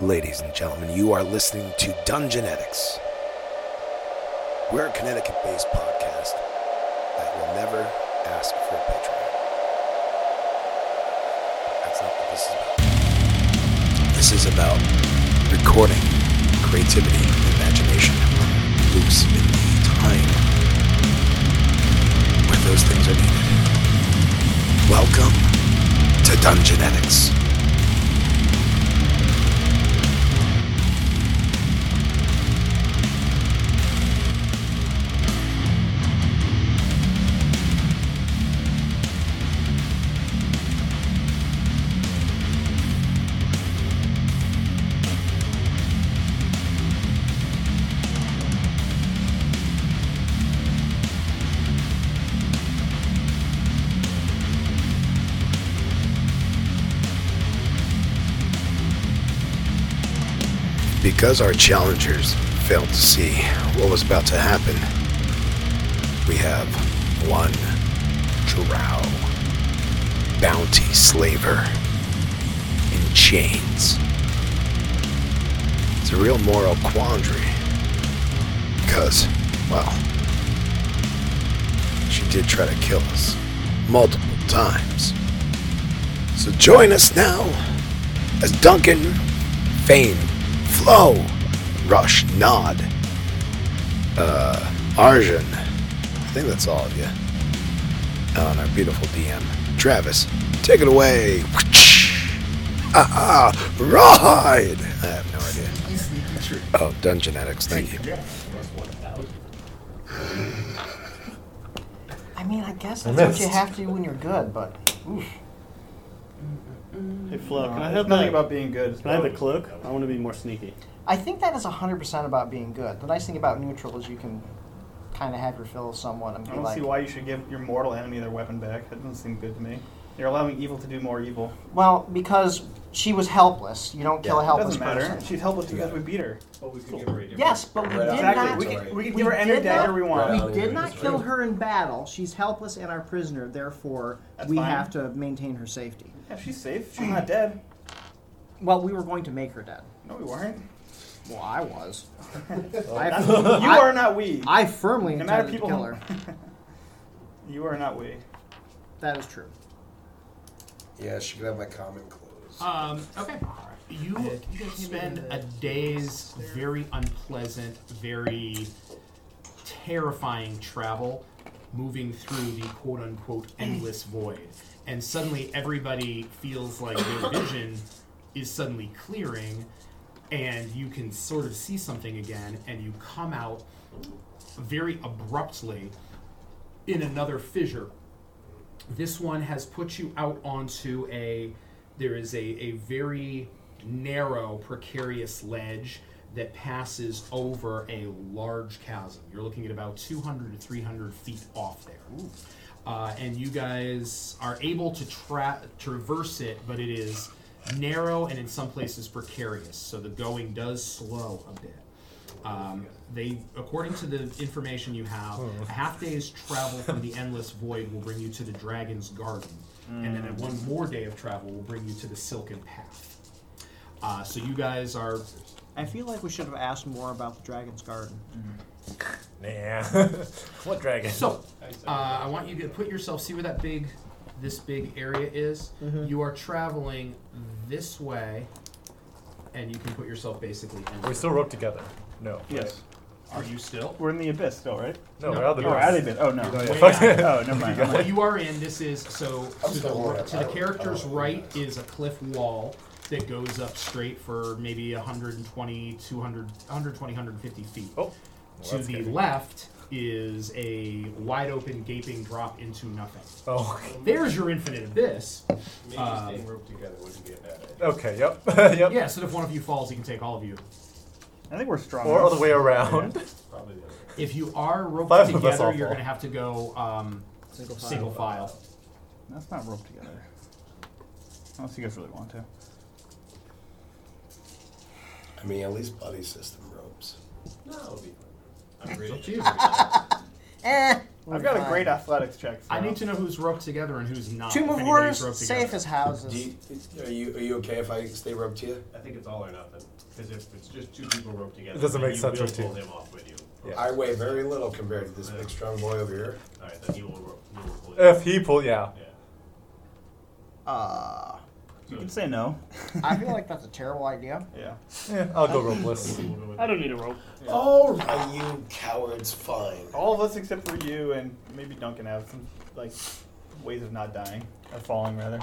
Ladies and gentlemen, you are listening to Dungeonetics. We're a Connecticut based podcast that will never ask for a Patreon. That's not what this is about. This is about recording creativity and imagination loose in the time where those things are needed. Welcome to Dungeonetics. Because our challengers failed to see what was about to happen, we have one drow, bounty slaver, in chains. It's a real moral quandary. Because, well, she did try to kill us multiple times. So join us now as Duncan Fame, Flow, Rush, Nod, uh, Arjun, I think that's all of you, on our beautiful DM, Travis, take it away. Ah, ah, ride! I have no idea. Oh, Dungeonetics, thank you. I mean, I guess I that's what you missed. have to do when you're good, but oof. Hey Flo, can I Uh, It's have nothing that? about being good. can I have the cloak? I want to be more sneaky. I think that is 100% about being good. The nice thing about neutral is you can kind of have your fill of someone and I be don't like, see why you should give your mortal enemy their weapon back. That doesn't seem good to me. You're allowing evil to do more evil. well, because she was helpless. You don't kill Yeah, it a It helpless doesn't matter. person. She's helpless because we beat her. Yes, but we did not. Exactly. We can, we can give her any did dagger not- we want. We did not kill her in battle. She's helpless and our prisoner. Therefore, That's we fine. have to maintain her safety. Yeah, she's safe. She's not dead. Well, we were going to make her dead. No, we weren't. Well, I was. I, You I- are not we. I firmly No matter intended to people. kill her. You are not we. That is true. Yeah, she could have my common clothes. Um, okay. You spend a day's very unpleasant, very terrifying travel moving through the quote unquote endless void. And suddenly everybody feels like their vision is suddenly clearing and you can sort of see something again and you come out very abruptly in another fissure this one has put you out onto a there is a, a very narrow precarious ledge that passes over a large chasm you're looking at about 200 to 300 feet off there uh, and you guys are able to tra- traverse it but it is narrow and in some places precarious so the going does slow a bit um, they, according to the information you have, a half day's travel from the endless void will bring you to the dragon's garden, and then a one more day of travel will bring you to the silken path. Uh, so you guys are I feel like we should have asked more about the Dragon's Garden. Nah. what dragon? so. Uh, I want you to put yourself. See where that big, this big area is. You are traveling this way, and you can put yourself basically. we In. still rope together. No. Yes. Are you still? We're in the abyss still, right? No, we're out of the Oh, we're out bus. of the abyss. Oh, no. Oh, yeah. Way Fuck. out. Oh, never mind. What you are in, this is so to the, still ri- worried. to I the don't- character's right is a cliff wall that goes up straight for maybe 120, 200, 120, 150 feet. Oh. Well, to that's the heavy. left is a wide open, gaping drop into nothing. Oh. There's your infinite abyss. Uh, Maybe staying roped together wouldn't be a bad idea. Okay. Yep. yep. Yeah, so if one of you falls, he can take all of you. I think we're strong. Or other way around. Probably the other way. If you are roped Five of us together, all you're fall. going to have to go um, Single file. single file. That's not roped together. Unless you guys really want to. I mean, at least buddy system ropes. Oh, No, it'll be fun. I'm It's ready. up to you. Eh, I've got a Fine. great athletics check. so- I need to know who's roped together and who's not. Tomb if of anybody's Horrors, roped together. safe as houses. Do you, are you are you okay if I stay rubbed to you? I think it's all or nothing. Because if it's just two people roped together, It doesn't then make you sense will for two. pull him off with you. Yeah. I weigh very little compared to this big strong boy over here. All right, then he will, ro- he will pull you. If he pull, yeah. yeah. Uh, You can say no. I feel like that's a terrible idea. Yeah. yeah I'll go ropeless. Eh, We'll go with I don't need a rope. Oh, you cowards! Fine. All of us except for you and maybe Duncan have some like ways of not dying or falling rather.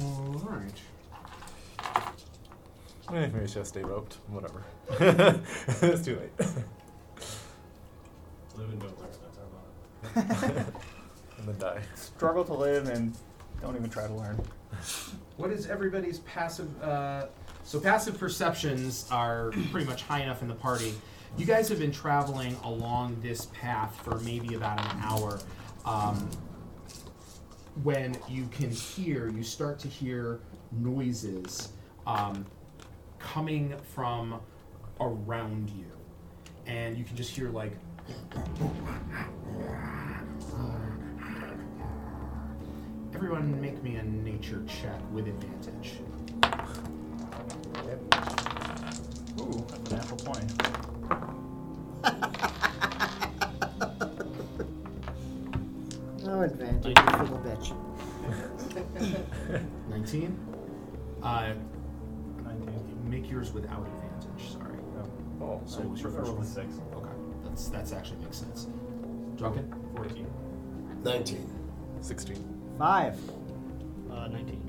All right. Eh, Maybe I should stay roped. Whatever. it's too late. Live and don't learn. That's our motto. and then die. Struggle to live and don't even try to learn. What is everybody's passive? Uh, so passive perceptions are pretty much high enough in the party. You guys have been traveling along this path for maybe about an hour. Um, when you can hear, you start to hear noises um, coming from around you, and you can just hear like everyone make me a nature check with advantage. Ooh, that's an apple point. No advantage, you little bitch. 19. Uh, 19. make yours without advantage. Sorry. Oh, So what's your Prefer first roll one? the six. Okay, that's that's actually makes sense. Duncan, 14. Nineteen. 16. Five. Uh, 19.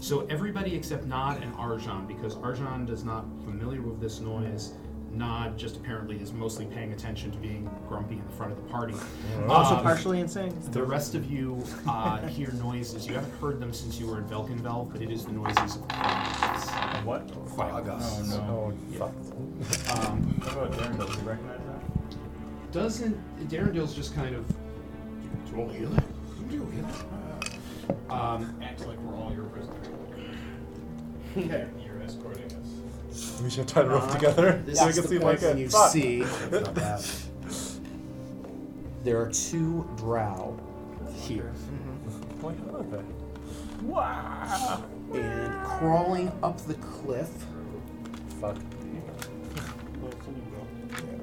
So everybody except Nod and Arjan, because Arjan does not familiar with this noise. Nod just apparently is mostly paying attention to being grumpy in the front of the party. Also Um, partially insane. The rest of you uh, hear noises. You haven't heard them since you were in Velkenveld, but it is the noises of clowns. What? August. Oh, fuck. Um, What about Darren? Does he recognize that? doesn't Darendale's just kind of? Do you all hear that? Do you all hear that? Um, Act like we're all your prisoners. yeah. You're escorting us. We should try to rope together. This so we is can the seem point like when a. you fuck. see there are two drow here. Like, okay. And crawling up the cliff. Fuck. Yeah,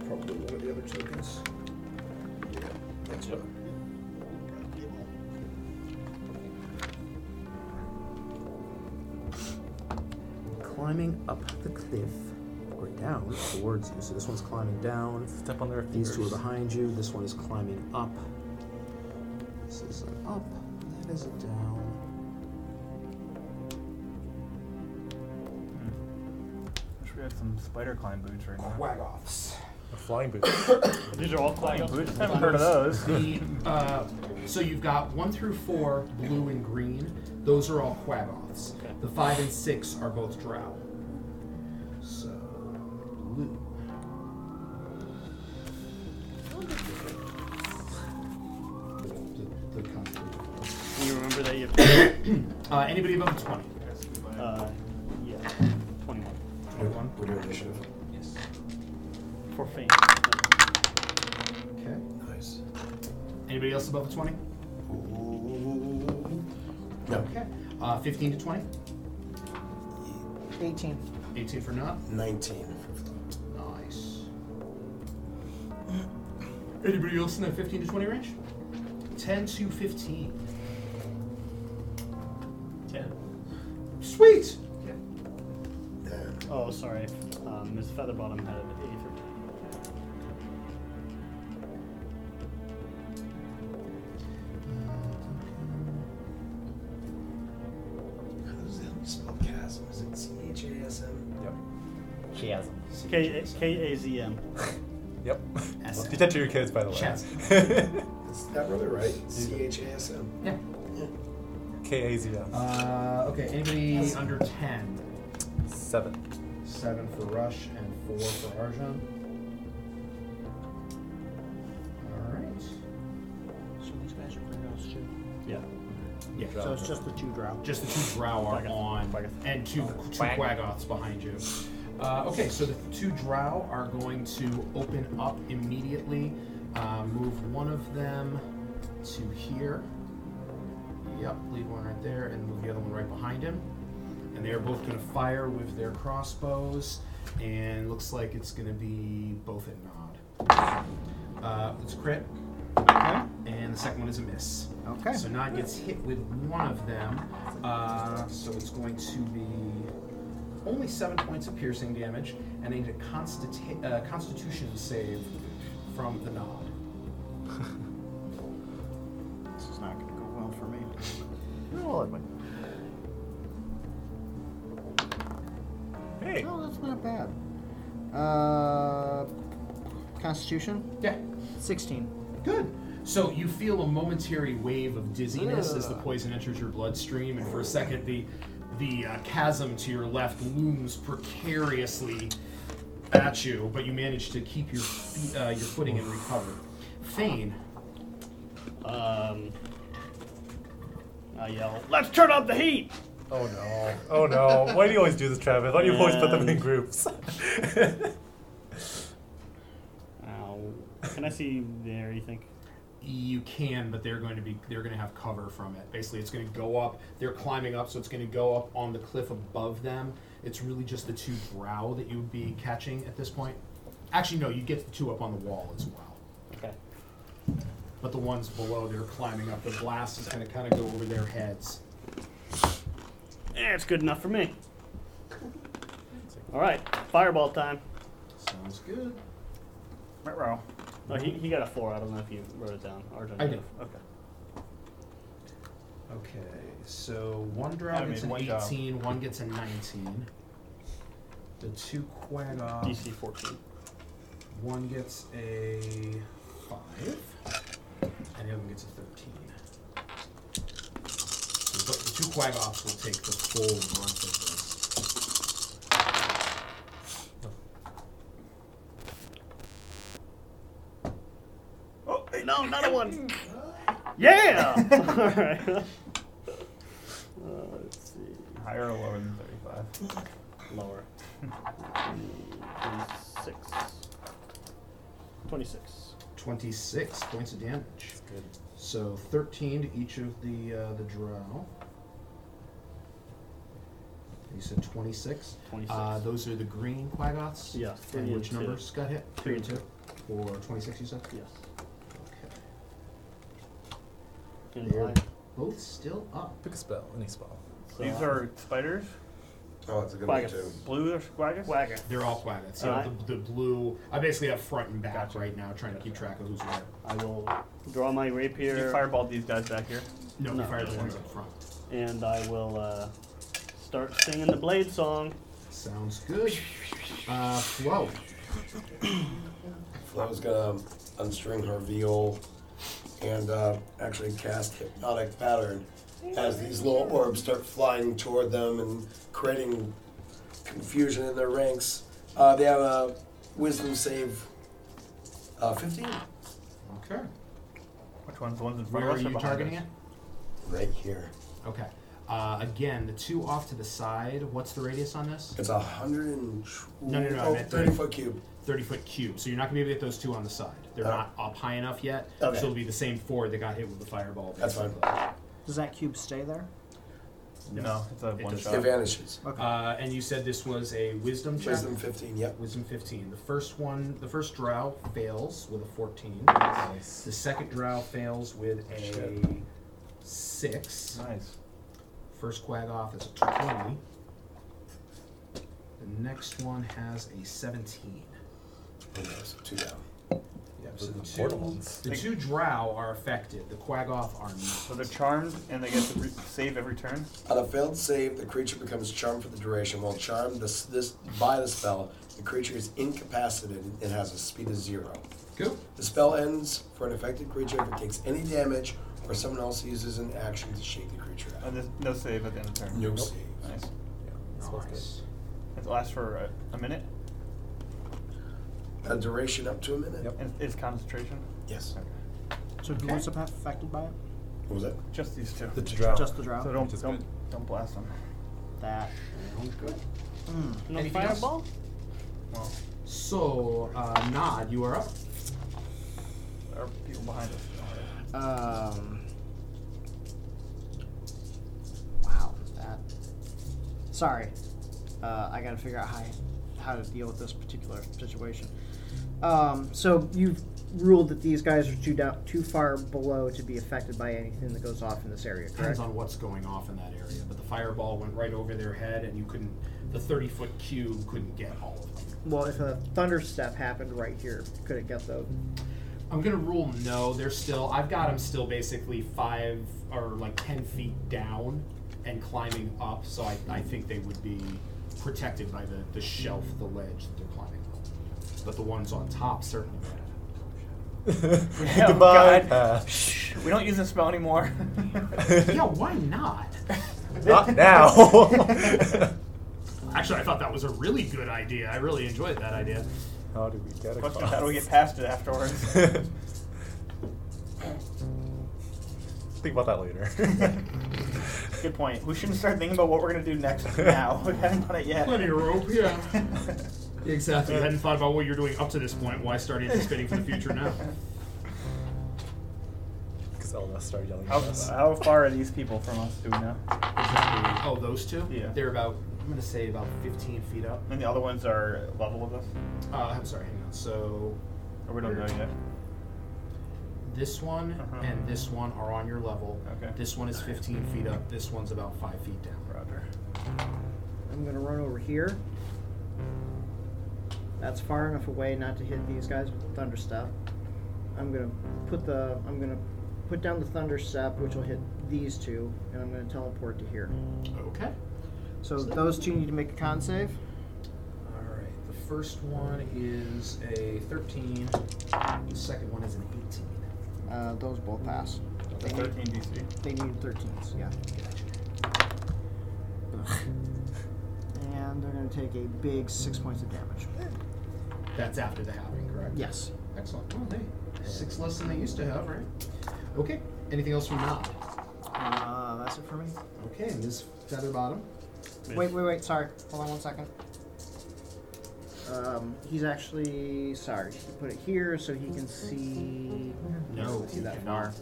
probably one of the other tokens. That's what. Climbing up the cliff, or down towards you. So this one's climbing down. Step on their These two are fingers. behind you. This one is climbing up. This is an up. That is a down. Wish we had some spider climb boots right now. Wag offs. Flying boots. These are all climb boots. Haven't heard of those. The, uh, so you've got one through four, blue and green. Those are all quaggoths. The five and six are both drow. So blue. The- the kind Can you remember that you have. of- Uh, anybody above twenty? Uh, yeah. 21. Twenty-one. What do you initiative? For fame. Okay. Nice. Anybody else above twenty? No. Okay. Uh, Fifteen to twenty. 18. Eighteen for not. Nineteen. Nice. Anybody else in that 15 to 20 range? 10 to 15. 10. Sweet! Oh, sorry. Um, Miss Featherbottom had an 83. How does that spell chasm? Is it C H A S M? Yep. Chasm. K K A Z M. Yep. S- Be gentle to your kids, by the Chess. way. Is that really right? C H A S M. Yeah. K A Z S. Uh, okay, anybody under 10? Seven. 7 for Rush and 4 for Arjan. Alright. So these guys are pronounced too. Yeah. Yeah. So it's just the two drow. Just the two drow are on, and two two quaggoths behind you. Uh, okay, so the two drow are going to open up immediately. Uh, move one of them to here. Yep, leave one right there and move the other one right behind him. And they are both going to fire with their crossbows. And looks like it's going to be both at Nod. Uh, it's a crit. Okay. And the second one is a miss. Okay. So Nod gets hit with one of them. Uh, so it's going to be only seven points of piercing damage, and I need a constita- uh, Constitution save from the Nod. This is not going to go well for me. Roll it, Hey. Oh, that's not bad. Uh, Constitution? Yeah. 16. Good. So you feel a momentary wave of dizziness as the Ugh. poison enters your bloodstream, and for a second, the the uh, chasm to your left looms precariously at you, but you manage to keep your feet, uh, your footing and recover. Fane, Um, I yell, let's turn up the heat! Oh no. Oh no. Why do you always do this, Travis? Why do you always put them in And- groups? Ow. Can I see there, you think? you can, but they're going to be they're going to have cover from it. Basically, it's going to go up. They're climbing up, so it's going to go up on the cliff above them. It's really just the two brow that you would be catching at this point. Actually, no, you get the two up on the wall as well. Okay. But the ones below, they're climbing up. The blast is going to kind of go over their heads. Eh, it's good enough for me. All right, fireball time. Sounds good. Row. Oh, he, he got a four. I don't know if you wrote it down. Arjun I did. Okay. Okay, so one drow I gets mean, an one drow. 18, one gets a 19. The two quag DC 14. One gets a five, and the other one gets a thirteen. So the, the two Quagoffs will take the full brunt of this. Oh, no, not a one. Yeah! All right. Uh, let's see. Higher or lower than 35? Lower. 26. 26. Twenty-six points of damage. So thirteen to each of the uh, the drow. You said twenty-six. 26. Uh, those are the green Quagoths. Yeah, three And and which two. numbers got hit? Three and two. Or twenty-six? You said. Yes. Okay. And They're five. both still up. Pick a spell. Any spell. So, These uh, are spiders? Oh, that's a good Quaggas. one, too. Blue or squaggas? Wagger. They're all quaggets. So Alright. the, the blue. I basically have front and back Gotcha. right now, trying to keep track of who's where. I will draw my You rapier fireballed these guys back here. No, No, we fired the no, ones no. up front. and I will uh, start singing the blade song. Sounds good. Uh, flow. Flo's gonna um, unstring her viol and uh, actually cast hypnotic pattern as these little orbs start flying toward them and creating confusion in their ranks. Uh, they have a wisdom save uh, 15 Okay. Which one's the ones in front Where of are us? or you behind targeting us? it? right here. Okay. Uh, again, the two off to the side. What's the radius on this? It's a hundred and tw- No, no, no, I oh, meant 30 thirty. foot cube. 30 foot cube. So you're not going to be able to get those two on the side. They're Oh. not up high enough yet. Okay. So it'll be the same four that got hit with the fireball. That's fine. basically. Does that cube stay there? No, it's a It one does. shot. It vanishes. Uh, and you said this was a wisdom check? Wisdom 15, yep. Wisdom 15. The first one, the first drow fails with a 14. The second drow fails with a 6. Nice. First quag off is a 20. The next one has a 17. Who knows? Two down. Yep, so the, the portal two, ones. the two drow are affected. The quag off are So not. they're charmed and they get to re- save every turn? On a failed save, the creature becomes charmed for the duration. While charmed this, this by the spell, the creature is incapacitated and has a speed of zero. Cool. The spell ends for an affected creature if it takes any damage or someone else uses an action to shake the creature Uh, out. there's no save at the end of the turn. No save. Nice. Nice. It lasts for a, a minute. A duration up to a minute? And it's concentration. Yes. So who was affected by it? What was that? Just these two. The drow. Just the drow? so don't Just don't, good. don't blast them. that. No Anything else? fireball? Well, So, uh, Nod, you are up. uh, Or people behind us. Um. Wow, that. Sorry, uh, I got to figure out how how to deal with this particular situation. Um, so you've ruled that these guys are too down, too far below to be affected by anything that goes off in this area, correct? Depends on what's going off in that area. But the fireball went right over their head, and you couldn't. The thirty-foot cube couldn't get all of them. Well, if a thunder step happened right here, could it get the? I'm gonna rule no. They're still. I've got them still basically five or like ten feet down and climbing up. So I, I think they would be protected by the, the shelf, the ledge that they're climbing up. But the ones on top certainly. Oh, Goodbye. God. Uh, We don't use this spell anymore. yeah, why not? not now. Actually, I thought that was a really good idea. I really enjoyed that idea. How do we get Question: How do we across? get past it afterwards? Think about that later. Good point. We shouldn't start thinking about what we're gonna do next now. We haven't done it yet. Plenty of rope, yeah. Exactly. You hadn't thought about what you're doing up to this point. Why start anticipating for the future now? Because Elna started yelling at How, us. how far are these people from us? Do we know? Exactly. Oh, those two? Yeah. They're about, I'm going to say about 15 feet up. And the other ones are level of us. Uh, I'm sorry, hang on. So Or we don't know yet. this one Uh-huh. and this one are on your level. Okay. This one is 15 feet up. This one's about 5 feet down. Roger. I'm gonna run over here. That's far enough away not to hit these guys with the thunder step. I'm gonna put the I'm gonna put down the thunder step, which will hit these two, and I'm gonna teleport to here. Okay. So those two need to make a con save. All right. The first one is a 13. The second one is an 18. Uh, those both pass. They need, Thirteen DC. they need 13s, yeah. And they're gonna take a big six points of damage. That's after the halving, correct? Yes. Excellent. Well, hey, six less than they used to have, right? Okay. Anything else from Nod? Uh, that's it for me. Okay, Ms. Featherbottom. Wait, wait, wait. Sorry. Hold on one second. Um, he's actually sorry. He put it here so he can see. No, see that cannot.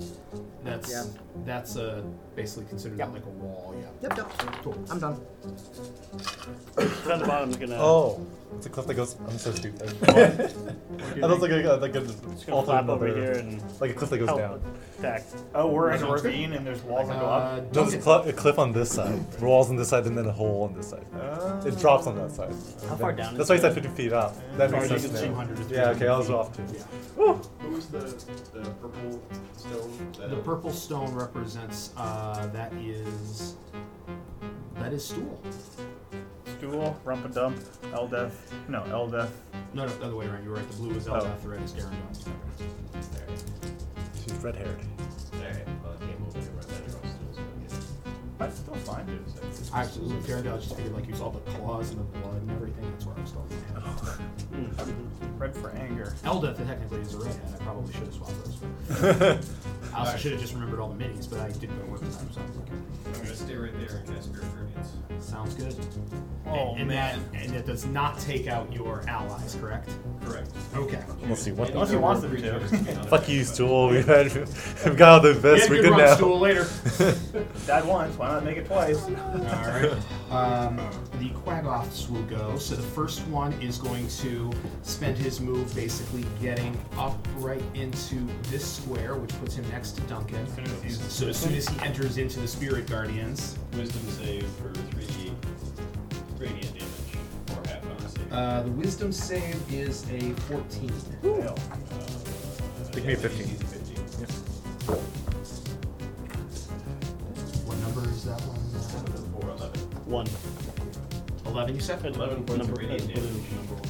That's Yeah. that's uh, basically considered Yep. like a wall. Yeah. Yep, yep. Cool. I'm done. It's on the bottom. It's gonna. Oh, it's a cliff that goes. I'm so stupid. I thought like a like an It's gonna flap over here and like a cliff that goes help down. attack. Oh, we're in a Sounds good. ravine and there's walls that go Uh, up. No, there's a, Duncan. cl- a cliff on this side, walls on this side, and then a hole on this side. it drops on that side. How far down? is That's why I said it? 50 feet up. That makes Sorry, sense. you can now. 200 is Yeah, okay, I was 300 off too. Yeah. What was the, the purple stone? That The purple stone represents uh, that is that is stool. Uh, Stool, rump and dump, L death. No, L death. No, no, the other way around. You were right. The blue Oh. is Eldath, the red is Darendon. She's red haired. Alright, well, I came over here right there. I was still- so I guess- That's still fine, dude. Absolutely, Darendon. I just figured like you saw the claws and the blood and everything. That's where I was going. with that. Red for anger. Eldath technically is a red hat. I probably should have swapped those. I also should have just remembered all the minis, but I didn't know what the time sounds like. I'm gonna stay right there and cast Spirit Guardians. Sounds good. Oh, and, and man. That, and that does not take out your allies, correct? Correct. Okay. We'll see what. Unless he wants them to. Fuck you, stool. We've had, we've got all the best we yeah, could good run, now. stool later. Died once, why not make it twice? Alright. Um, the Quagoths will go. So the first one is going to spend his move basically getting up right into this square, which puts him next to Duncan. So as soon as he enters into the Spirit Guardians, Wisdom save for 3d radiant damage, or half on a save. uh, the Wisdom save is a 14. Fail. Give me a 15. 15. What number is that one? Seven to the four, 11. One. 11, you said? 11 points Number of radiant blue. damage.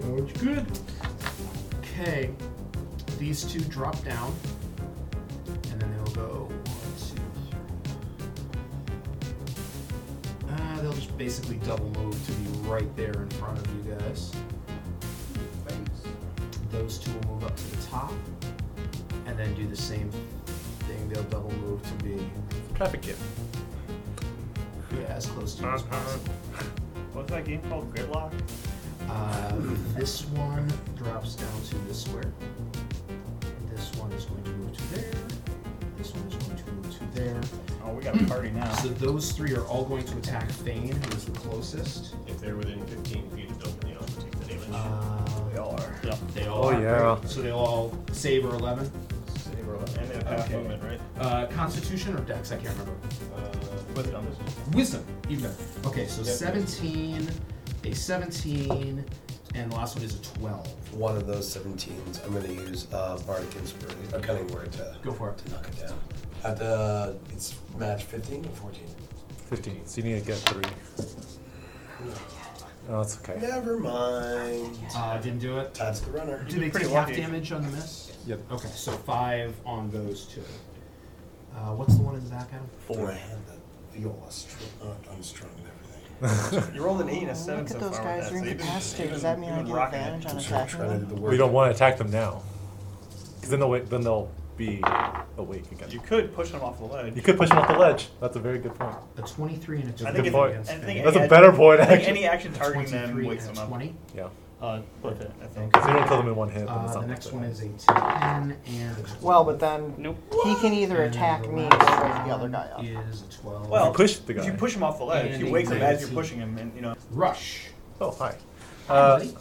Sounds good. Okay, these two drop down, and then they'll go one, two, three. Uh, they'll just basically double move to be right there in front of you guys. Those two will move up to the top, and then do the same thing. They'll double move to be Traffic jam. yeah, as close to you as possible. What's that game called? Gridlock? Uh, this one drops down to this square. This one Oh, got a party now. So those three are all going to attack Thane, who is the closest. If they're within 15 feet of Duncan, they also take the damage. Uh, they all are. Yep, they all Oh, are. yeah. So they'll all save or 11. Save or and they have half okay. movement, right? Uh, Constitution or Dex, I can't remember. Uh, With numbers. Wisdom, even. Okay, so Yep. 17, a 17, and the last one is a 12. One of those 17s, I'm going to use uh, Bardic Inspiration, a cunning word to, Go for it. to knock it down. At the, it's match 15 or 14? 15. So you need to get three. Oh, that's okay. Never mind. Uh, didn't do it. That's the runner. Do they pretty take half lucky. damage on the miss? Yep. Okay, so five on those two. Uh, what's the one in the back end? Four. I had the viola strung, uh, unstrung and everything. You rolled an eight and a seven Look so at those far with guys, they're that, so you've been- incapacitated. Does you've that been- mean I you've been get rocking it. advantage on I'm sure attacking trying to do them? the work. We don't want to attack them now. Because then, they'll wait- then they'll be awake again. You could push him off the You ledge. could push them off the ledge. That's a very good point. A 23 and a 20. I think, Good if- point. I think That's a any- better point, I think actually. Any action A targeting them 23 wakes and them a up. 20. Yeah. Uh, with it, I think. If you don't kill them in one hit, then Uh, it's not the worth next it. one is a 10 and a 12. Well, but then he can either And attack the me or wake last the other one guy up. Is a 12. Well, You push the If guy. you push him off the ledge, he And wakes up as you're anxiety. pushing him, and you know. rush. Oh, hi. Uh, Really?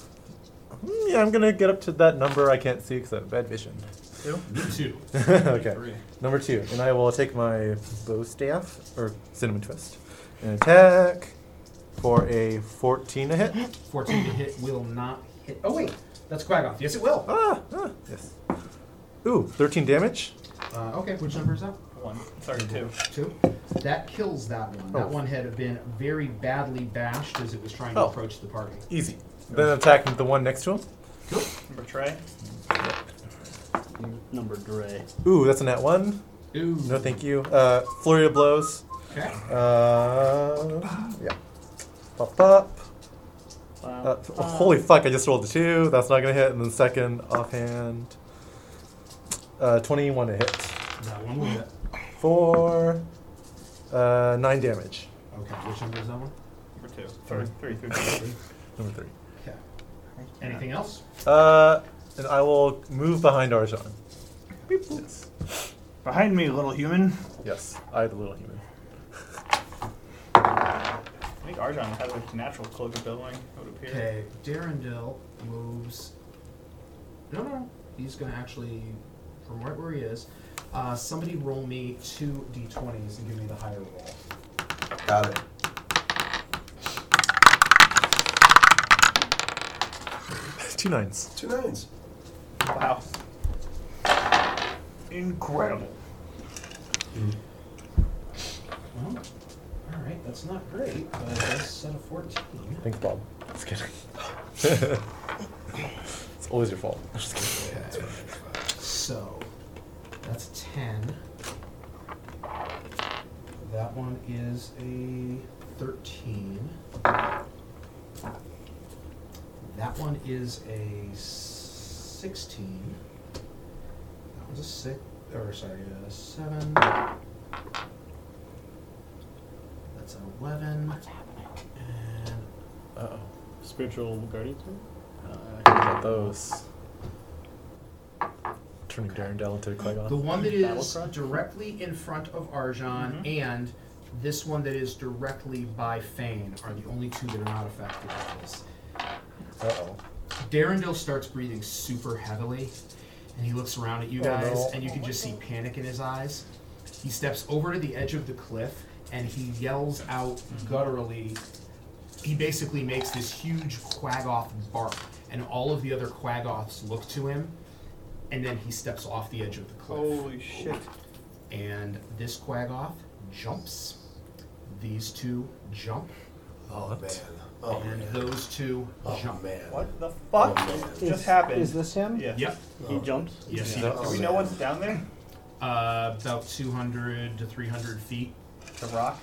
mm, yeah, I'm going to get up to that number I can't see because I have bad vision. Me too. okay. Number two. And I will take my bow staff, or cinnamon twist, and attack for a 14 to hit. 14 to hit will not hit. Oh, wait. That's Quaggoth. Yes, it will. Ah, ah, yes. Ooh, 13 damage. Uh, okay, which number is that? One. Sorry, two. Two. That kills that one. Oh. That one had been very badly bashed as it was trying Oh. to approach the party. Easy. Then attack the one next to him. Number Trey. Number Dre. Ooh, that's a nat one. Ooh. No, thank you. Uh, flurry of blows. Okay. Uh, yeah. Pop, pop. Wow. Uh, oh, holy fuck, I just rolled a two. That's not going to hit. And then second, offhand. Uh, 21 to hit. That one will hit. Four. Uh, nine damage. Okay, which number is that one? Number two. Sorry, three, three, three, three. Number three. Okay. Anything else? Uh, and I will move behind Arjan. Yes. Behind me, little human. Yes, I, the little human. I think Arjan has a natural cloak of billowing, it would appear. Okay, Darendil moves. No, no, he's gonna actually, from right where he is. Uh, somebody roll me two d20s and give me the higher roll. Got it. Two nines. Two nines. Wow. Incredible. Well, Uh-huh. all right, that's not great, but that's set a fourteen. Thanks, Bob. Just kidding. it's always your fault. I'm just kidding. Okay. So that's ten. That one is a thirteen. That one is a sixteen. That one's a six, or sorry, a seven. That's an eleven. What's happening? And Uh-oh. Spiritual Guardian? Uh, About those. Turning Darendelle into a The Qui-Gon. one that Battle is cry? directly in front of Arjan and this one that is directly by Fane are the only two that are not affected by this. Uh-oh. Darendil starts breathing super heavily and he looks around at you guys no. and you can just see panic in his eyes. He steps over to the edge of the cliff and he yells out gutturally. He basically makes this huge quaggoth bark and all of the other quaggoths look to him and then he steps off the edge of the cliff Holy shit. and this Quaggoth jumps. These two jump, Oh, man. Oh, and man. those two Oh, jump. man. What the fuck Oh, just happened? Is this him? Yeah. Yep. Oh. He jumps. Yes. he Yeah. Do does. we know what's down there? Uh, about 200 to 300 feet The rock.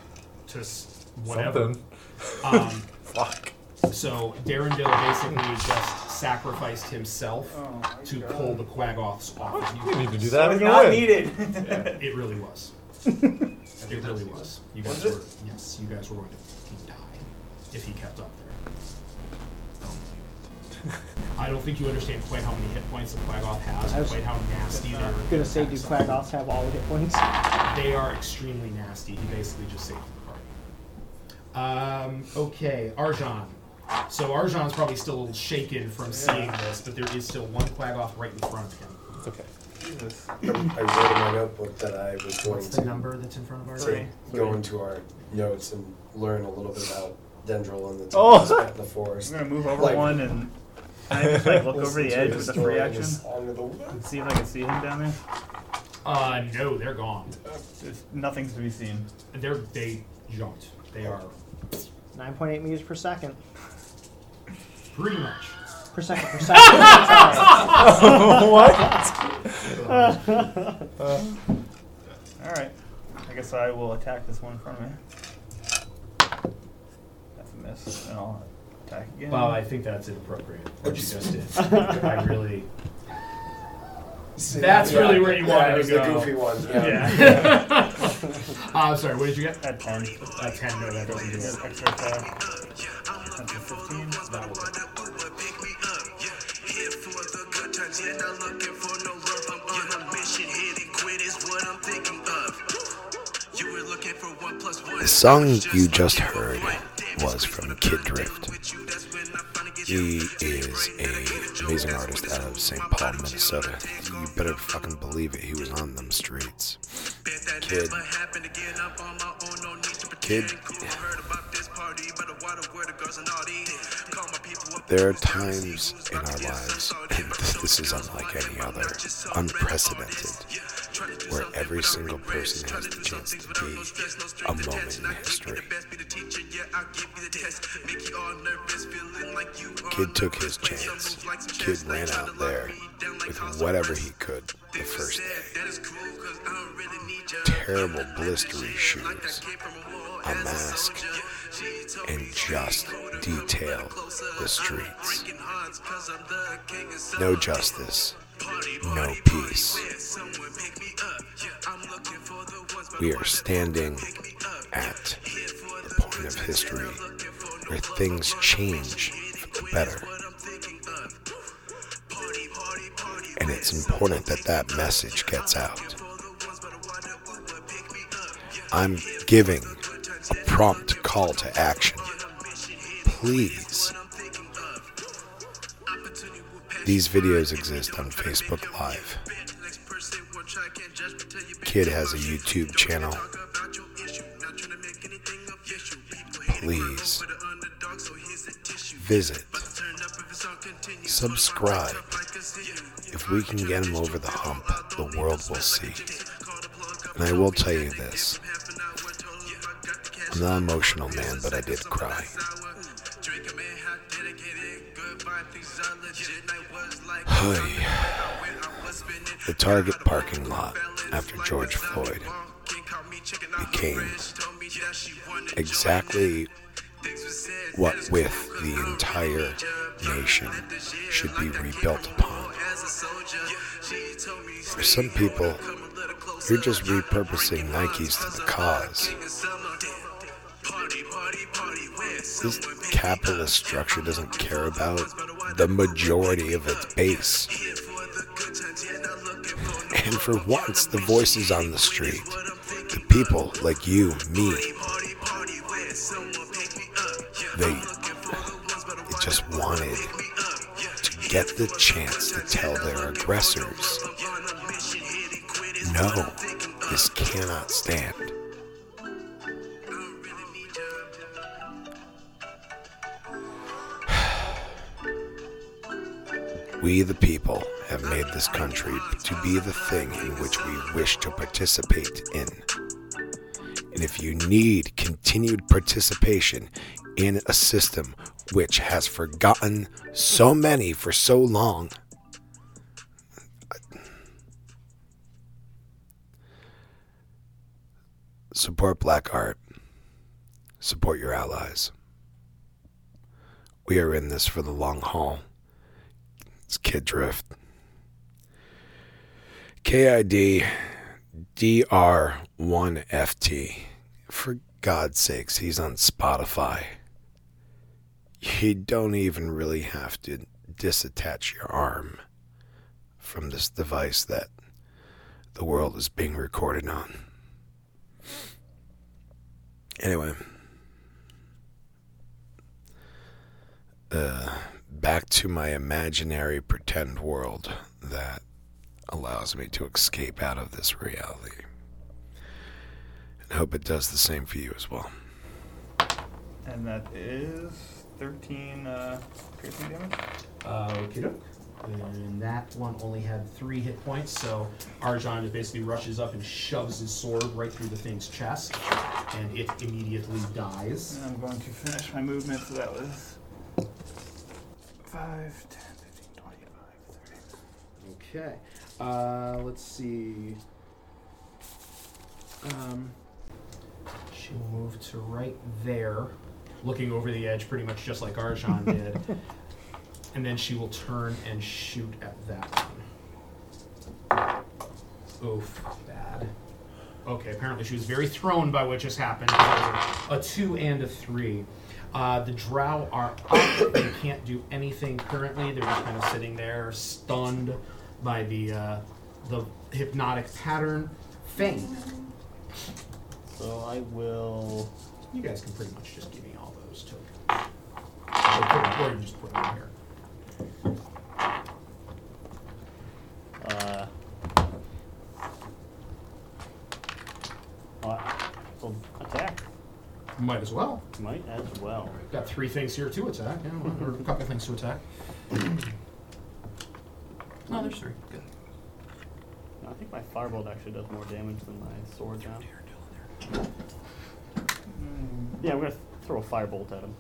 to s- whatever. Something. Um, Fuck. so Darendil basically just sacrificed himself Oh, my to pull the Quaggoths off. You didn't need to do That that. was We're not gonna win. needed. It really was. it really was. You guys Was were it? yes, you guys were going to die if he kept up there. Don't believe it. I don't think you understand quite how many hit points the Quaggoth has, I and was quite how nasty they're Gonna say, do Quaggoths have all the hit points? They are extremely nasty. He basically just saved the party. Um, okay, Arjan. So Arjan's probably still a little shaken from seeing this, but there is still one quag off right in front of him. It's okay. I wrote in my notebook that I was going What's to the number that's in front of Arjan? to go into our notes and learn a little bit about dendril and the Oh. types in the forest. I'm gonna move over Like- one and I just like look over Listen the to edge the with a story free and the action. song of the And see if I can see him down there. Uh, no, they're gone. There's nothing's to be seen. They're they jumped. They are Nine point eight meters per second. pretty much. Per second per second. All right. I guess I will attack this one in front of me. That's a miss, and I'll attack again. Well, I think that's inappropriate. What you just did. I really. See, That's yeah, really where you yeah, it wanted was to the go. goofy ones, yeah. Yeah. Uh, I'm sorry. What did you get? At ten. A ten. No, that doesn't do it. Here's extra attack. That's a fifteen. That will do it. The song you just heard was from Kid Drift. He is an amazing artist out of St. Paul, Minnesota. You better fucking believe it, he was on them streets. Kid. Kid. There are times in our lives, and this is unlike any other, unprecedented where every single person has the chance to be a moment in history. Kid took his chance. Kid ran out there with whatever he could the first day. Terrible blistery shoes, a mask, and just detail the streets. No justice, no peace. We are standing at the point of history where things change for the better. And it's important that that message gets out. I'm giving a prompt call to action. Please. These videos exist on Facebook Live. Kid has a YouTube channel. Please visit, subscribe. If we can get him over the hump, the world will see. And I will tell you this I'm not an emotional man, but I did cry. Hey. The Target parking lot after George Floyd became exactly what with the entire nation should be rebuilt upon. For some people, you're just repurposing Nikes to the cause. This capitalist structure doesn't care about the majority of its base. And for once, the voices on the street, the people like you, me, they, they just wanted to get the chance to tell their aggressors no, this cannot stand. We, the people, have made this country to be the thing in which we wish to participate in. And if you need continued participation in a system which has forgotten so many for so long, support black art, support your allies. We are in this for the long haul. It's Kid Drift. KID DR1FT. For God's sakes, he's on Spotify. You don't even really have to disattach your arm from this device that the world is being recorded on. Anyway. Uh, back to my imaginary pretend world that allows me to escape out of this reality. And hope it does the same for you as well. And that is 13 uh, piercing damage. Uh, okie doke. And that one only had three hit points, so Arjan just basically rushes up and shoves his sword right through the thing's chest, and it immediately dies. And I'm going to finish my movement, so that was 5, 10, 15, 25, 30. Okay. Uh, let's see. Um, she'll move to right there, looking over the edge, pretty much just like Arjan did. And then she will turn and shoot at that one. Oof, bad. Okay, apparently she was very thrown by what just happened. A two and a three. Uh, the drow are up. they can't do anything currently. They're just kind of sitting there, stunned by the uh, the hypnotic pattern. Fane. So I will. You guys can pretty much just give me all those tokens. Or, put- or you just put them here. Uh, well, well, attack. Might as well. Might as well. Got three things here to attack. Yeah, well, or a couple things to attack. No, there's three. Good. I think my firebolt actually does more damage than my sword now. Yeah, I'm gonna th- throw a firebolt at him.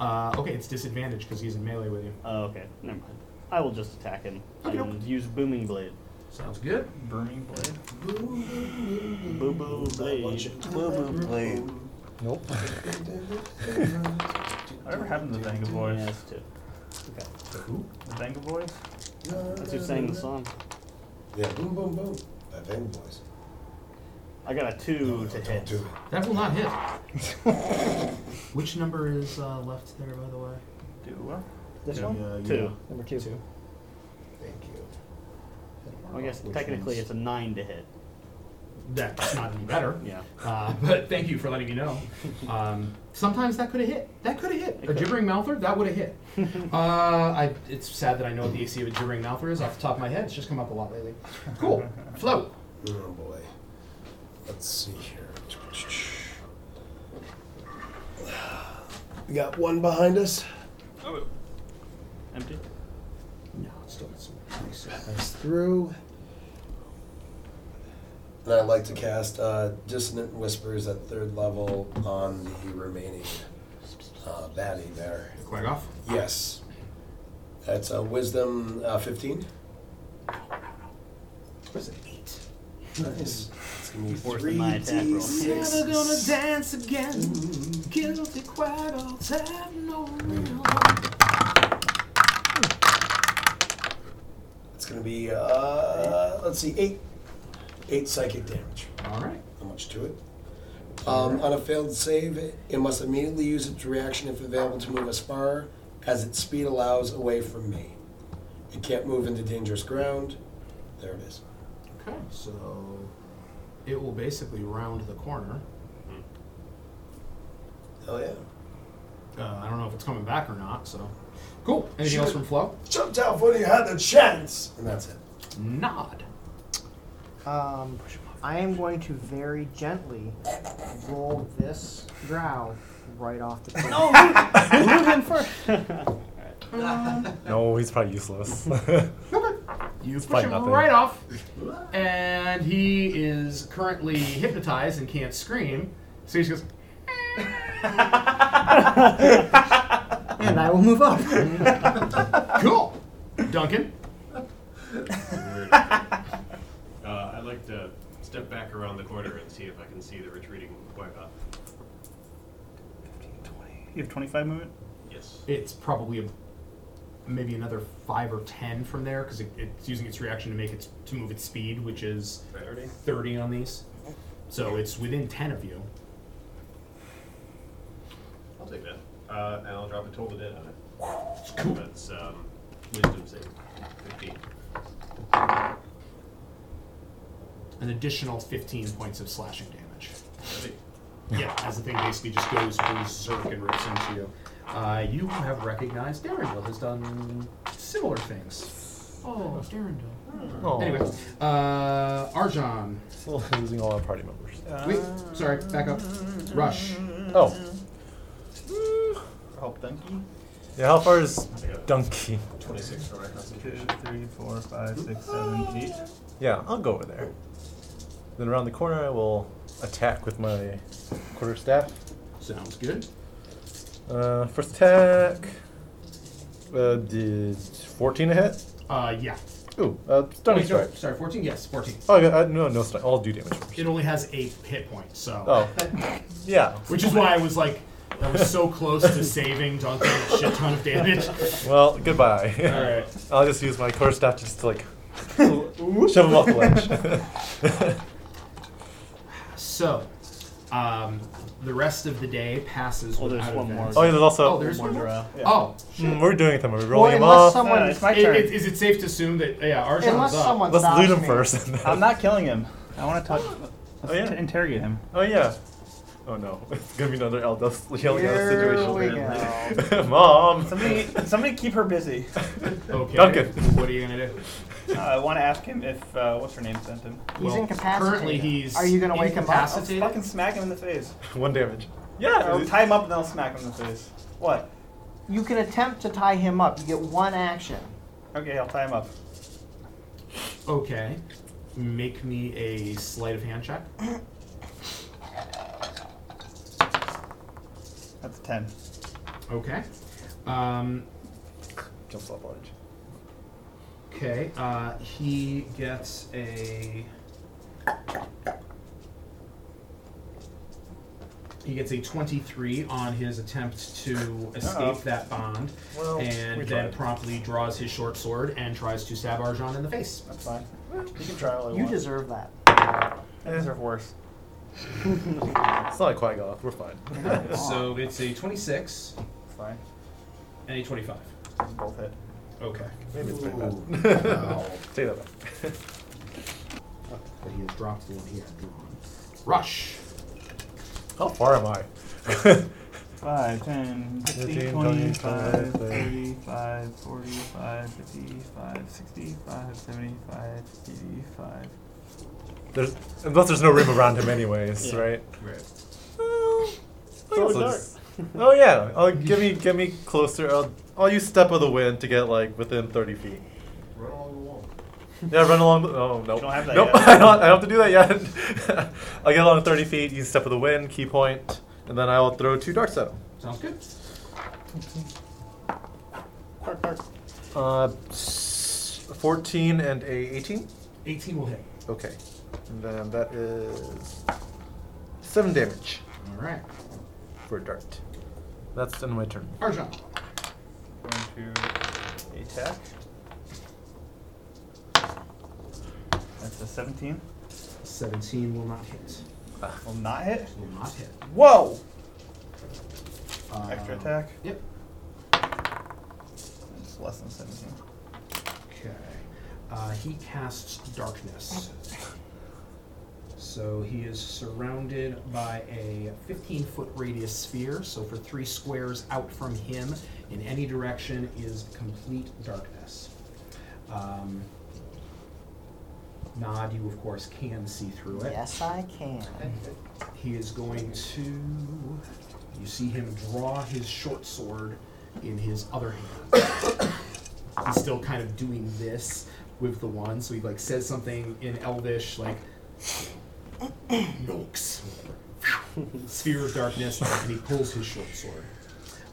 Uh, okay, it's disadvantage because he's in melee with you. Oh, okay. Never mind. I will just attack him and use booming blade. Sounds good. Booming blade. Boo boo blade. Boo boo blade. Nope. Whatever happened to the Thangaboys? Yeah, that's two. Okay. Who? The Thangaboys? That's who sang the song. Yeah, boom, boom, boom. That thing, boys. I got a two to Don't hit. do it. That will not hit. Which number is uh, left there, by the way? Do what? This Yeah, one? uh, yeah, you Two. know. Number two. Two. Thank you. I guess Which technically ones? it's a nine to hit. That's not any better. Yeah. Uh, but thank you for letting me know. Um, sometimes that could have hit. That could have hit. A could've. gibbering mouther, that would have hit. uh, I, it's sad that I know what the AC of a gibbering mouther is off the top of my head. It's just come up a lot lately. Cool. Float. Oh boy. Let's see here. We got one behind us. Empty. No, it's still it's That's through. And I'd like to cast uh, Dissonant Whispers at third level on the remaining uh, baddie there. quite off. Yes. That's uh, Wisdom uh, 15. Where's an eight? Nice. It's going to be Worse than my attack roll. 3d6. Never gonna dance again. Guilty quite all time. No real. It's going to be, uh, let's see, 8. 8 psychic damage. All right. Not much to it. Um, on a failed save, it must immediately use its reaction if available to move as far as its speed allows away from me. It can't move into dangerous ground. There it is. Okay, so it will basically round the corner. Hell yeah. Uh, I don't know if it's coming back or not. So, cool. Anything else from Flo? Jump down when you had the chance! And that's it. Nod. Um, I am going to very gently roll this drow right off the cliff. No, move him first. no, he's probably useless. You push fight him nothing. right off, and he is currently hypnotized and can't scream. So he just goes. "Eh." and I will move up. Cool, Duncan. Weird. uh, I'd like to step back around the corner and see if I can see the retreating Quagga. You have 25 movement? Yes. It's probably a, maybe another five or ten from there because it, it's using its reaction to make its to move its speed, which is Priority? thirty on these. So it's within ten of you. I'll take that. Uh, and I'll drop a total dead on it. Cool. That's um, wisdom save. 15. An additional fifteen points of slashing damage. Ready? Yeah, as the thing basically just goes berserk and rips into you. Uh, you have recognized Darrenville has done similar things. Oh, Darrenville. Oh. Anyway, uh, Arjan. Still losing all our party members. Wait, sorry, back up. Rush. Oh. Help Dunky. Yeah, how far is Donkey? 26 for my concentration. 3, 4, 5, 6, 7, 8. Yeah, I'll go over there. Then around the corner, I will attack with my quarter staff. Sounds good. Uh, first attack. Uh, did 14 a hit? Uh, yeah. Ooh, uh, stunning Wait, no, strike. Sorry, 14? Yes, 14. Oh, I got- uh, no, no, stun- I'll do damage. It only has 8 hit points, so. Oh, yeah. Which is why I was like, that was so close to saving Duncan a shit ton of damage. Well, goodbye. Alright. I'll just use my quarter staff just to like shove him off the ledge. So, um, the rest of the day passes Well, there's without one more- events. Oh, yeah, there's also- oh, there's one one more more. draw. Yeah. Oh, shit. Mm, we're doing it then. We're Well, rolling him unless off. someone- No, it's my It- turn. it- Is it safe to assume that yeah, Arjan's Unless up. someone Let's stops loot him me. first. and I'm then- not killing him. I want to touch. Let's Oh, yeah. t- interrogate him. Oh yeah. Oh no, it's gonna be another Eldos yelling out Here situation. we apparently. Mom. Somebody, somebody keep her busy. Okay. Duncan. What are you gonna do? Uh, I want to ask him if uh, what's her name sent him. He's incapacitated. Currently, he's. Are you gonna wake him up? I'll incapacitated. fucking smack him in the face. One damage. Yeah, I'll tie him up and then I'll smack him in the face. What? You can attempt to tie him up. You get one action. Okay, I'll tie him up. Okay. Make me a sleight of hand check. That's a ten. Okay. Um, Jumps off ledge. okay. Uh, he gets a. He gets a 23 on his attempt to escape Uh-oh. that bond, Well, and we then tried. promptly draws his short sword and tries to stab Arjan in the face. That's fine. You can try all you, You want. deserve that. I deserve worse. It's not quite off. We're fine. So it's a 26 It's fine. and a 25. Both hit. Okay. Maybe it's pretty Ooh. bad. Wow. Take that back. But he has dropped the one he had drawn. Rush. How far am I? 5, 10, 15, 15, 25, 25, 30, 35, 45, 55, 65, 75, 85. there's, unless there's no room around him, anyways, right? Right. Oh, Well, I guess I'll just- oh yeah, I'll, give me give me closer. I'll, I'll use step of the wind to get like within thirty feet. Run along the wall. Yeah, run along. The, oh no, You don't have that nope. yet. I, don't, I don't have to do that yet. I'll get along thirty feet, use step of the wind, key point, and then I will throw two darts at him. Sounds good. Uh, s- fourteen and a eighteen. 18 will hit. Okay, and then that is seven damage All right. for a dart. That's the end of my turn. Arjan. Going to attack. That's a 17. 17 will not hit. Will not hit. Will not hit. Whoa! Um, Extra attack. Yep. It's less than 17. Okay. Uh, he casts darkness. So he is surrounded by a 15 foot radius sphere. So for three squares out from him, in any direction, is complete darkness. Um, Nod, you of course can see through it. Yes, I can. He is going to. You see him draw his short sword in his other hand. He's still kind of doing this with the one, so he like says something in Elvish, like "Nox." Sphere of darkness, and he pulls his short sword.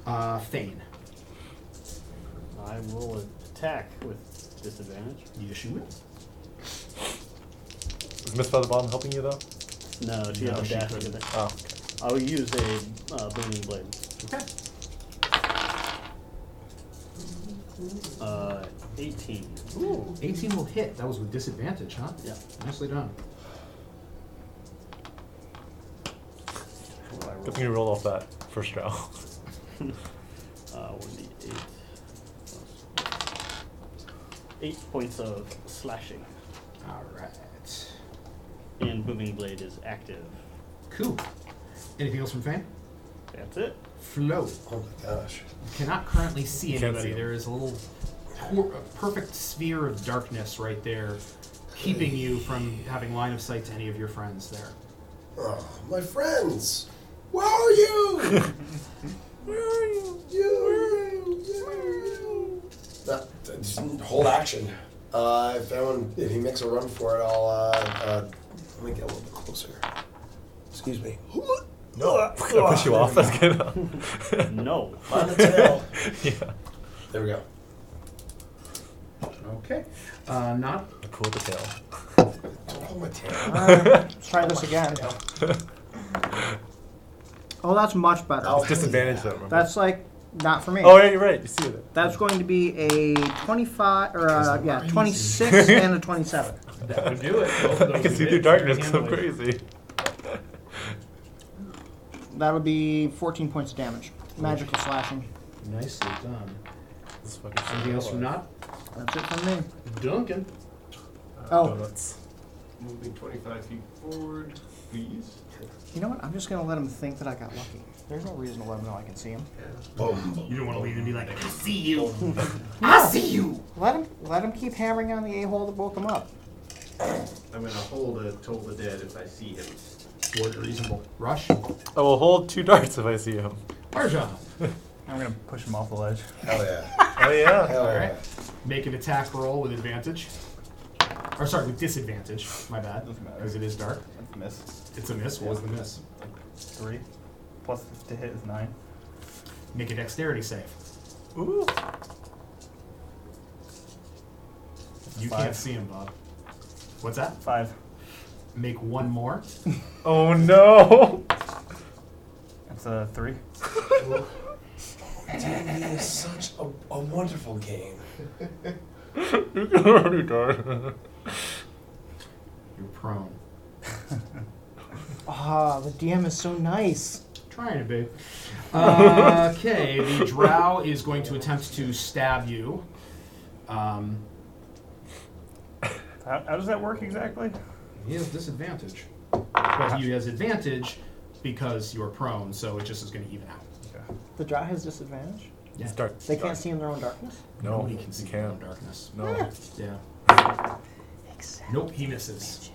Uh, Thane, I will attack with disadvantage. yes, you will. Is Miss Featherbottom helping you though? No, she No, has she a dash couldn't. with it. Oh, I'll use a uh, booming blade. Okay. Uh, 18. Ooh, 18 will hit. That was with disadvantage, huh? Yeah. Nicely done. What do I roll? good thing you roll off that first round. Uh, 1d8. Eight points of slashing. All right. And booming blade is active. Cool. Anything else from Fane? That's it. Flow. Oh my gosh. Cannot currently see You can't anybody. see 'em. there is a little cor- a perfect sphere of darkness right there, keeping you from having line of sight to any of your friends there. Oh, my friends, where are you? where are you? You, where are you? You, where are you? That, that's whole action. Uh, if anyone, if he makes a run for it, I'll. Uh, uh, let me get a little bit closer. Excuse me. No, I I push you off. That's good. No. On the tail. yeah. There we go. Okay. Uh, not Cool the tail. Oh my tail. Let's try this again. Oh, that's much better. Oh, Disadvantage though. Remember. That's like not for me. Oh yeah, you're right. You see it. That's going to be a 25 or uh, yeah, 26 and a 27. That would do it. Both of I can those see hit through darkness. very I'm handily. crazy. That'll be 14 points of damage. Magical slashing. Nicely done. This fucking shit. Anything else from not? That's it from me. Duncan. Oh, Donuts. Moving 25 feet forward, please. you know what? I'm just going to let him think that I got lucky. There's no reason to let him know I can see him. You don't want to leave and be like, I see you. I see you. Let him let him keep hammering on the a-hole that woke him up. I'm gonna hold a toll the dead if I see him. Word reasonable. Rush. I will hold two darts if I see him. Arjan. I'm gonna push him off the ledge. Hell yeah. Oh yeah. Hell All yeah. right. Make an attack roll with advantage. Or sorry, with disadvantage. My bad. Doesn't matter. Because it is dark. That's a miss. It's a miss. What was the miss? Three. Plus to hit is nine. Make a dexterity save. Ooh. You Five. can't see him, Bob. What's that? Five. Make one more. Oh no. That's a three. D&D is such a, a wonderful game. You can already die. You're prone. Ah, the DM is so nice. Trying to be. Uh, okay, the drow is going to attempt to stab you. Um, How, how does that work exactly? he has disadvantage. But he has advantage because you're prone, so it just is going to even out. The drow has disadvantage. It's dark. They can't see Ah. in their own darkness. No, Nobody you can see in can't. darkness. No. Yeah. Nope, he misses.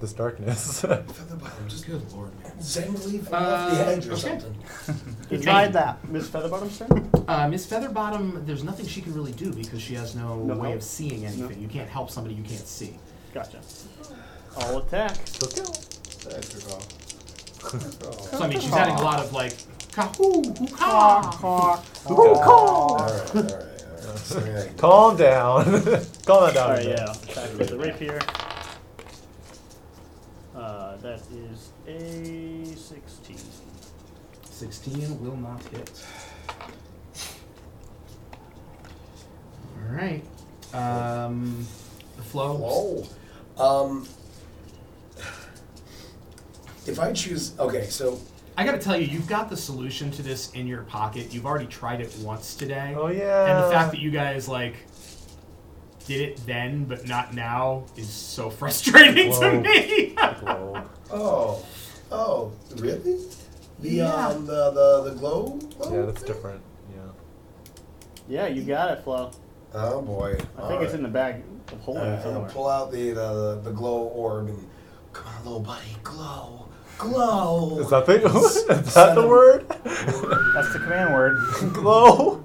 This darkness. Feather bottom, just Good lord, man. zang leaf Uh, off the edge or okay. something. You tried that. Miss Featherbottom's turn? Uh, Miss Featherbottom, there's nothing she can really do because she has no, No way help? of seeing anything. You can't help somebody you can't see. Gotcha. I'll attack. That's your call. So I mean, she's having a lot of like, kahoo, hoo-ha. Cock. All right, all right, all right. So, yeah, Calm down. Calm that down. Alright, man. yeah. I'll Attack with the rapier. Uh, that is a 16. 16 will not hit. All right. Um, the flow. Whoa. Um, if I choose, okay, so I got to tell you, you've got the solution to this in your pocket. You've already tried it once today. Oh yeah. And the fact that you guys like did it then but not now is so frustrating Whoa. to me. Whoa. oh, oh, really? The Yeah. um, the the the glow. glow Yeah, that's thing? different. Yeah. Yeah, you got it, Flo. Oh boy. I think it's in the bag of holding Uh, I'll somewhere. pull out the, the the glow orb and come on, little buddy, glow, glow. Is that the is that Son the of- word? That's the command word. Glow.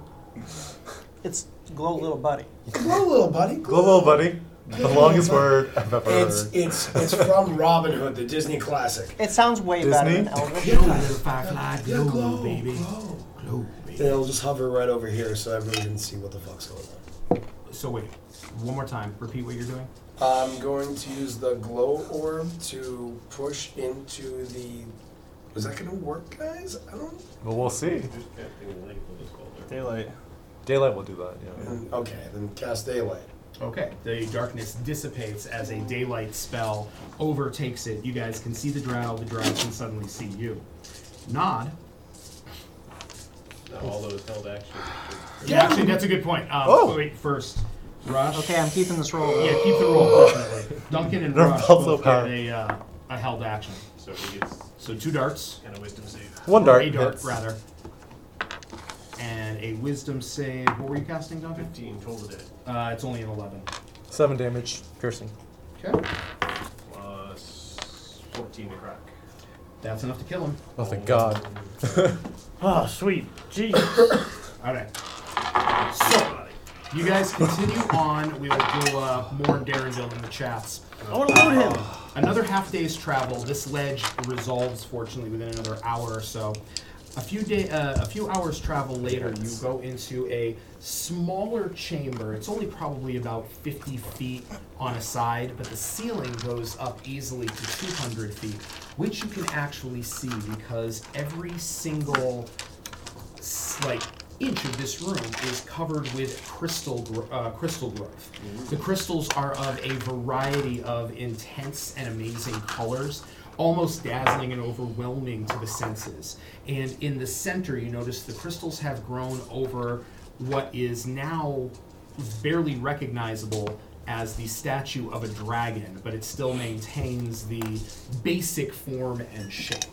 It's glow, little buddy. glow, little buddy, Glow, little buddy. The longest word I've ever It's heard. it's it's from Robin Hood, the Disney classic. It sounds way better Disney? than Elvish. Glow, little firefly, Yeah, glow, baby. glow. Glow, baby. It'll just hover right over here so everyone can see what the fuck's going on. So wait, one more time. Repeat what you're doing. I'm going to use the glow orb to push into the. Is that gonna work, guys? I don't. Well, we'll see. Just casting a light with his folder. Daylight. Daylight will do that. Yeah. Mm, Okay, then cast daylight. Okay. The darkness dissipates as a daylight spell overtakes it. You guys can see the drow. The drow can suddenly see you. Nod. Now all those held actions. Yeah, actually, that's a good point. Um, Oh. Wait, first, Rush. Okay, I'm keeping this roll. Yeah, keep the roll. definitely. Duncan and They're Rush both low both power. get a, uh, a held action. So he gets. So two darts. And a wisdom save. One dart A dart, hits. rather. And a wisdom save. What were you casting, Duncan? 15 total dead. Uh, it's only an 11. Seven damage, piercing. Okay. Plus 14 to crack. That's enough to kill him. Oh, thank God. Oh, sweet. Jeez. All right. So, you guys continue on. We will go uh, more in Darrenville in the chats. I wanna loot him. Oh. Another half day's travel. This ledge resolves, fortunately, within another hour or so. A few day, uh, a few hours travel later, you go into a smaller chamber. It's only probably about 50 feet on a side, but the ceiling goes up easily to 200 feet, which you can actually see because every single s- like inch of this room is covered with crystal gro- uh, crystal growth. The crystals are of a variety of intense and amazing colors, almost dazzling and overwhelming to the senses. And in the center, you notice the crystals have grown over what is now barely recognizable as the statue of a dragon, but it still maintains the basic form and shape.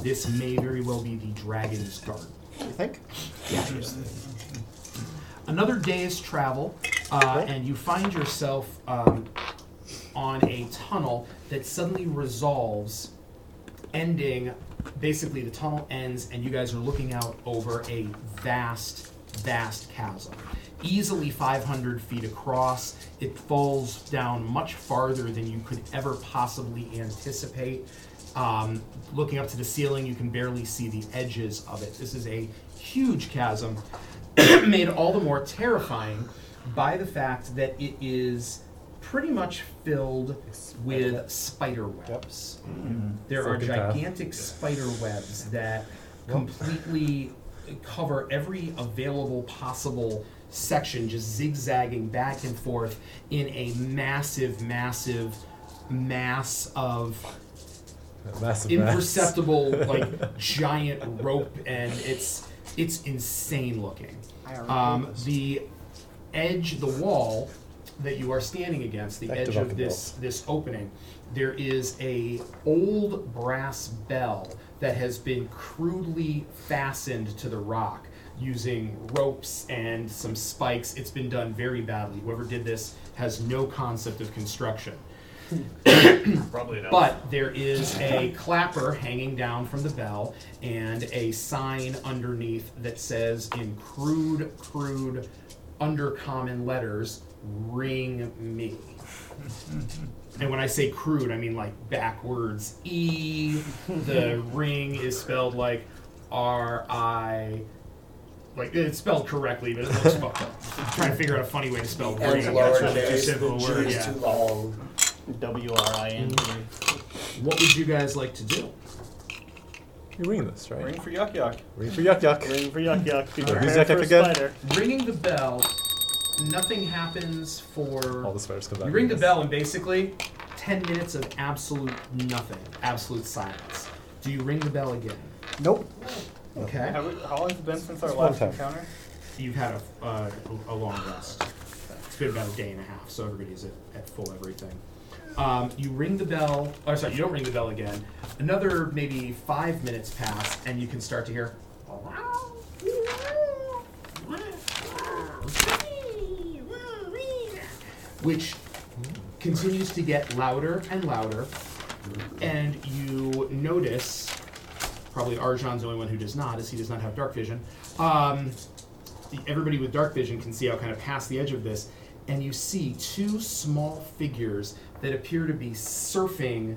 This may very well be the dragon's garden. You think? Another day's travel, uh, and you find yourself um, on a tunnel that suddenly resolves, ending. Basically, the tunnel ends, and you guys are looking out over a vast, vast chasm. Easily 500 feet across, it falls down much farther than you could ever possibly anticipate. Um, looking up to the ceiling, you can barely see the edges of it. This is a huge chasm, made all the more terrifying by the fact that it is pretty much filled with spider webs. Mhm. There are Fucking bad. gigantic spider webs that completely cover every available possible section, just zigzagging back and forth in a massive, massive mass of Massive imperceptible like giant rope and it's it's insane looking um, the edge the wall that you are standing against the Active edge of rocket this this opening there is a old brass bell that has been crudely fastened to the rock using ropes and some spikes it's been done very badly whoever did this has no concept of construction Probably an elf. but there is a clapper hanging down from the bell and a sign underneath that says in crude, crude, undercommon letters, ring me. And when I say crude, I mean like backwards E. The ring is spelled like R I. Like it's spelled correctly, but it looks fucked up. trying to figure out a funny way to spell ring. Ends That's lower really too case. simple a the word, G is yeah. too long. W R I N. What would you guys like to do? You're ringing this, right? Ring for yuck yuck. Ring for yuck yuck. Ring for yuck yuck. Be Who's prepared yuck for yuck a again? spider. ringing the bell, nothing happens for. All the spiders come back. you ring the bell, and basically, 10 minutes of absolute nothing, absolute silence. Do you ring the bell again? Nope. Okay. How, how long has it been since our It's last one time. encounter? You've had a, uh, a long rest. It's been about a day and a half, so everybody's at, at full everything. Um, you ring the bell, or sorry, you don't ring the bell again. Another maybe five minutes pass, and you can start to hear. Which continues to get louder and louder, and you notice probably Arjan's the only one who does not, as he does not have dark vision. Um, the- everybody with dark vision can see out kind of past the edge of this, and you see two small figures that appear to be surfing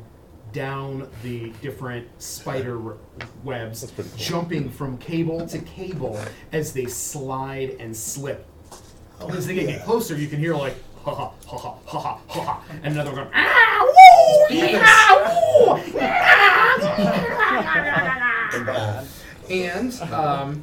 down the different spider w- webs, jumping from cable to cable as they slide and slip. as they get closer, you can hear like ha ha ha ha ha ha ha, ha, and another one going ah woo yeah woo And um,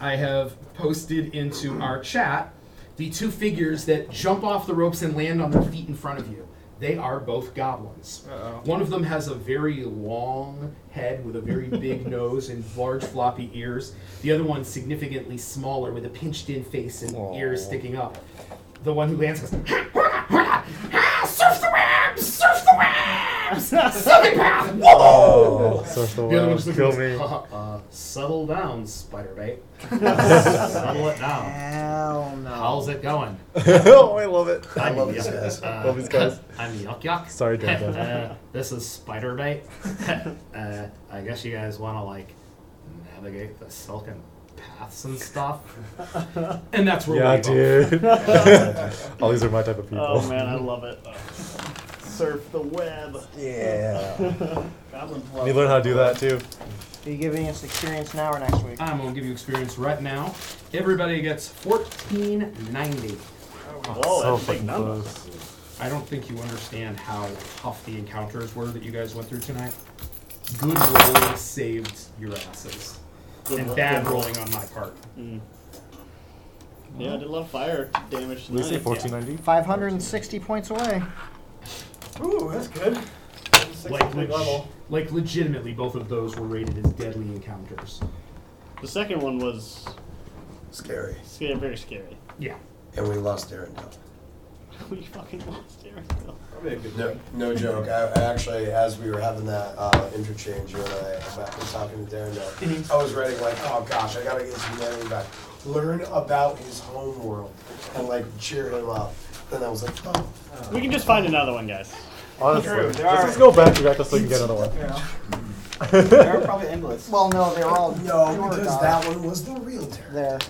I have posted into our chat the two figures that jump off the ropes and land on their feet in front of you. They are both goblins. One of them has a very long head with a very big nose and large floppy ears. The other one's significantly smaller with a pinched in face and ears sticking up. the one who lands goes, "Ah, surf the web! Surf the web! Slipping path! Whoa! Oh, surf the The other one web, just looks kill at me. me. "Ha, ha, uh, settle down, spider bait. settle it down. Hell no. How's it going? oh, I love it. I'm love Yuck- these guys. uh, Love these guys. I'm Yuck Yuck. Sorry, Dan, Dan. uh, this is Spider Bait. uh, I guess you guys want to like navigate the silken paths and stuff. and that's where Yeah, we go. dude. All these are my type of people. Oh man, I love it. Surf the web. Yeah. Goblins And love you learn how to do that too. Are you giving us experience now or next week? I'm gonna give you experience right now. Everybody gets 1490. Whoa, so Oh, that's a big fucking number. close. I don't think you understand how tough the encounters were that you guys went through tonight. Good rolling saved your asses, and ro- bad good roll. rolling on my part. Yeah, I did a lot of fire damage Did we say tonight. 1490? 560 points away. Ooh, that's good. Six Like, leg- big level. like legitimately, both of those were rated as deadly encounters. The second one was Scary. sca- very scary. Yeah. And we lost Arendelle. we fucking lost Eric. though. No, no joke. I, I actually, as we were having that uh, interchange, you and I about were talking to Darren. now, I was writing like, "Oh gosh, I gotta get some learning back. Learn about his home world and like cheer him up." Then I was like, "Oh, We can just find another one, guys. Honestly, True, let's there just go back to that just so we can get another one. You know, they're That's probably endless. Well, no, they're all no," pure because dog that one was the real Darren. there.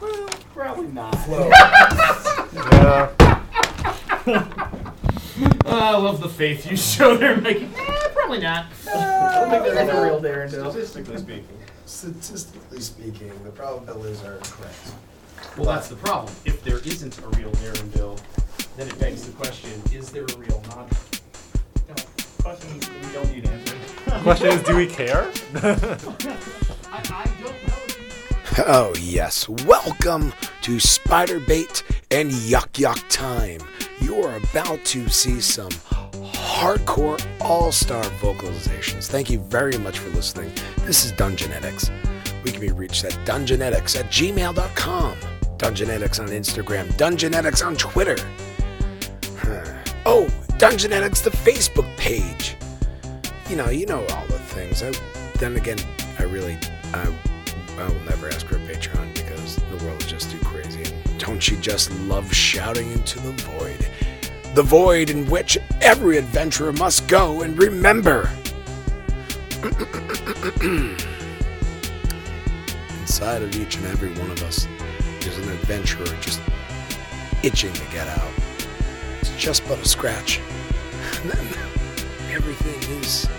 Well, probably not. Whoa. yeah. Oh, I love the faith you show there, Mikey. Eh, probably not. I don't think there's a real Darendale. Statistically speaking. Statistically speaking, the probabilities are correct. Well, that's the problem. If there isn't a real Darrenville, then it begs the question: Is there a real Nodder? Question we don't need answered. Question is, do we care? I, I don't know. Oh, yes. Welcome to Spider Bait and Yuck Yuck Time. You're about to see some hardcore all star vocalizations. Thank you very much for listening. This is Dungeonetics. We can be reached at dungeonetics at gmail.com, Dungeonetics on Instagram, Dungeonetics on Twitter. Huh. Oh, Dungeonetics, the Facebook page you know, you know all the things. I, then again, I really, I, I will never ask for a Patreon because the world is just too crazy. And don't you just love shouting into the void? The void in which every adventurer must go and remember. Inside of each and every one of us is an adventurer just itching to get out. It's just but a scratch. And then everything is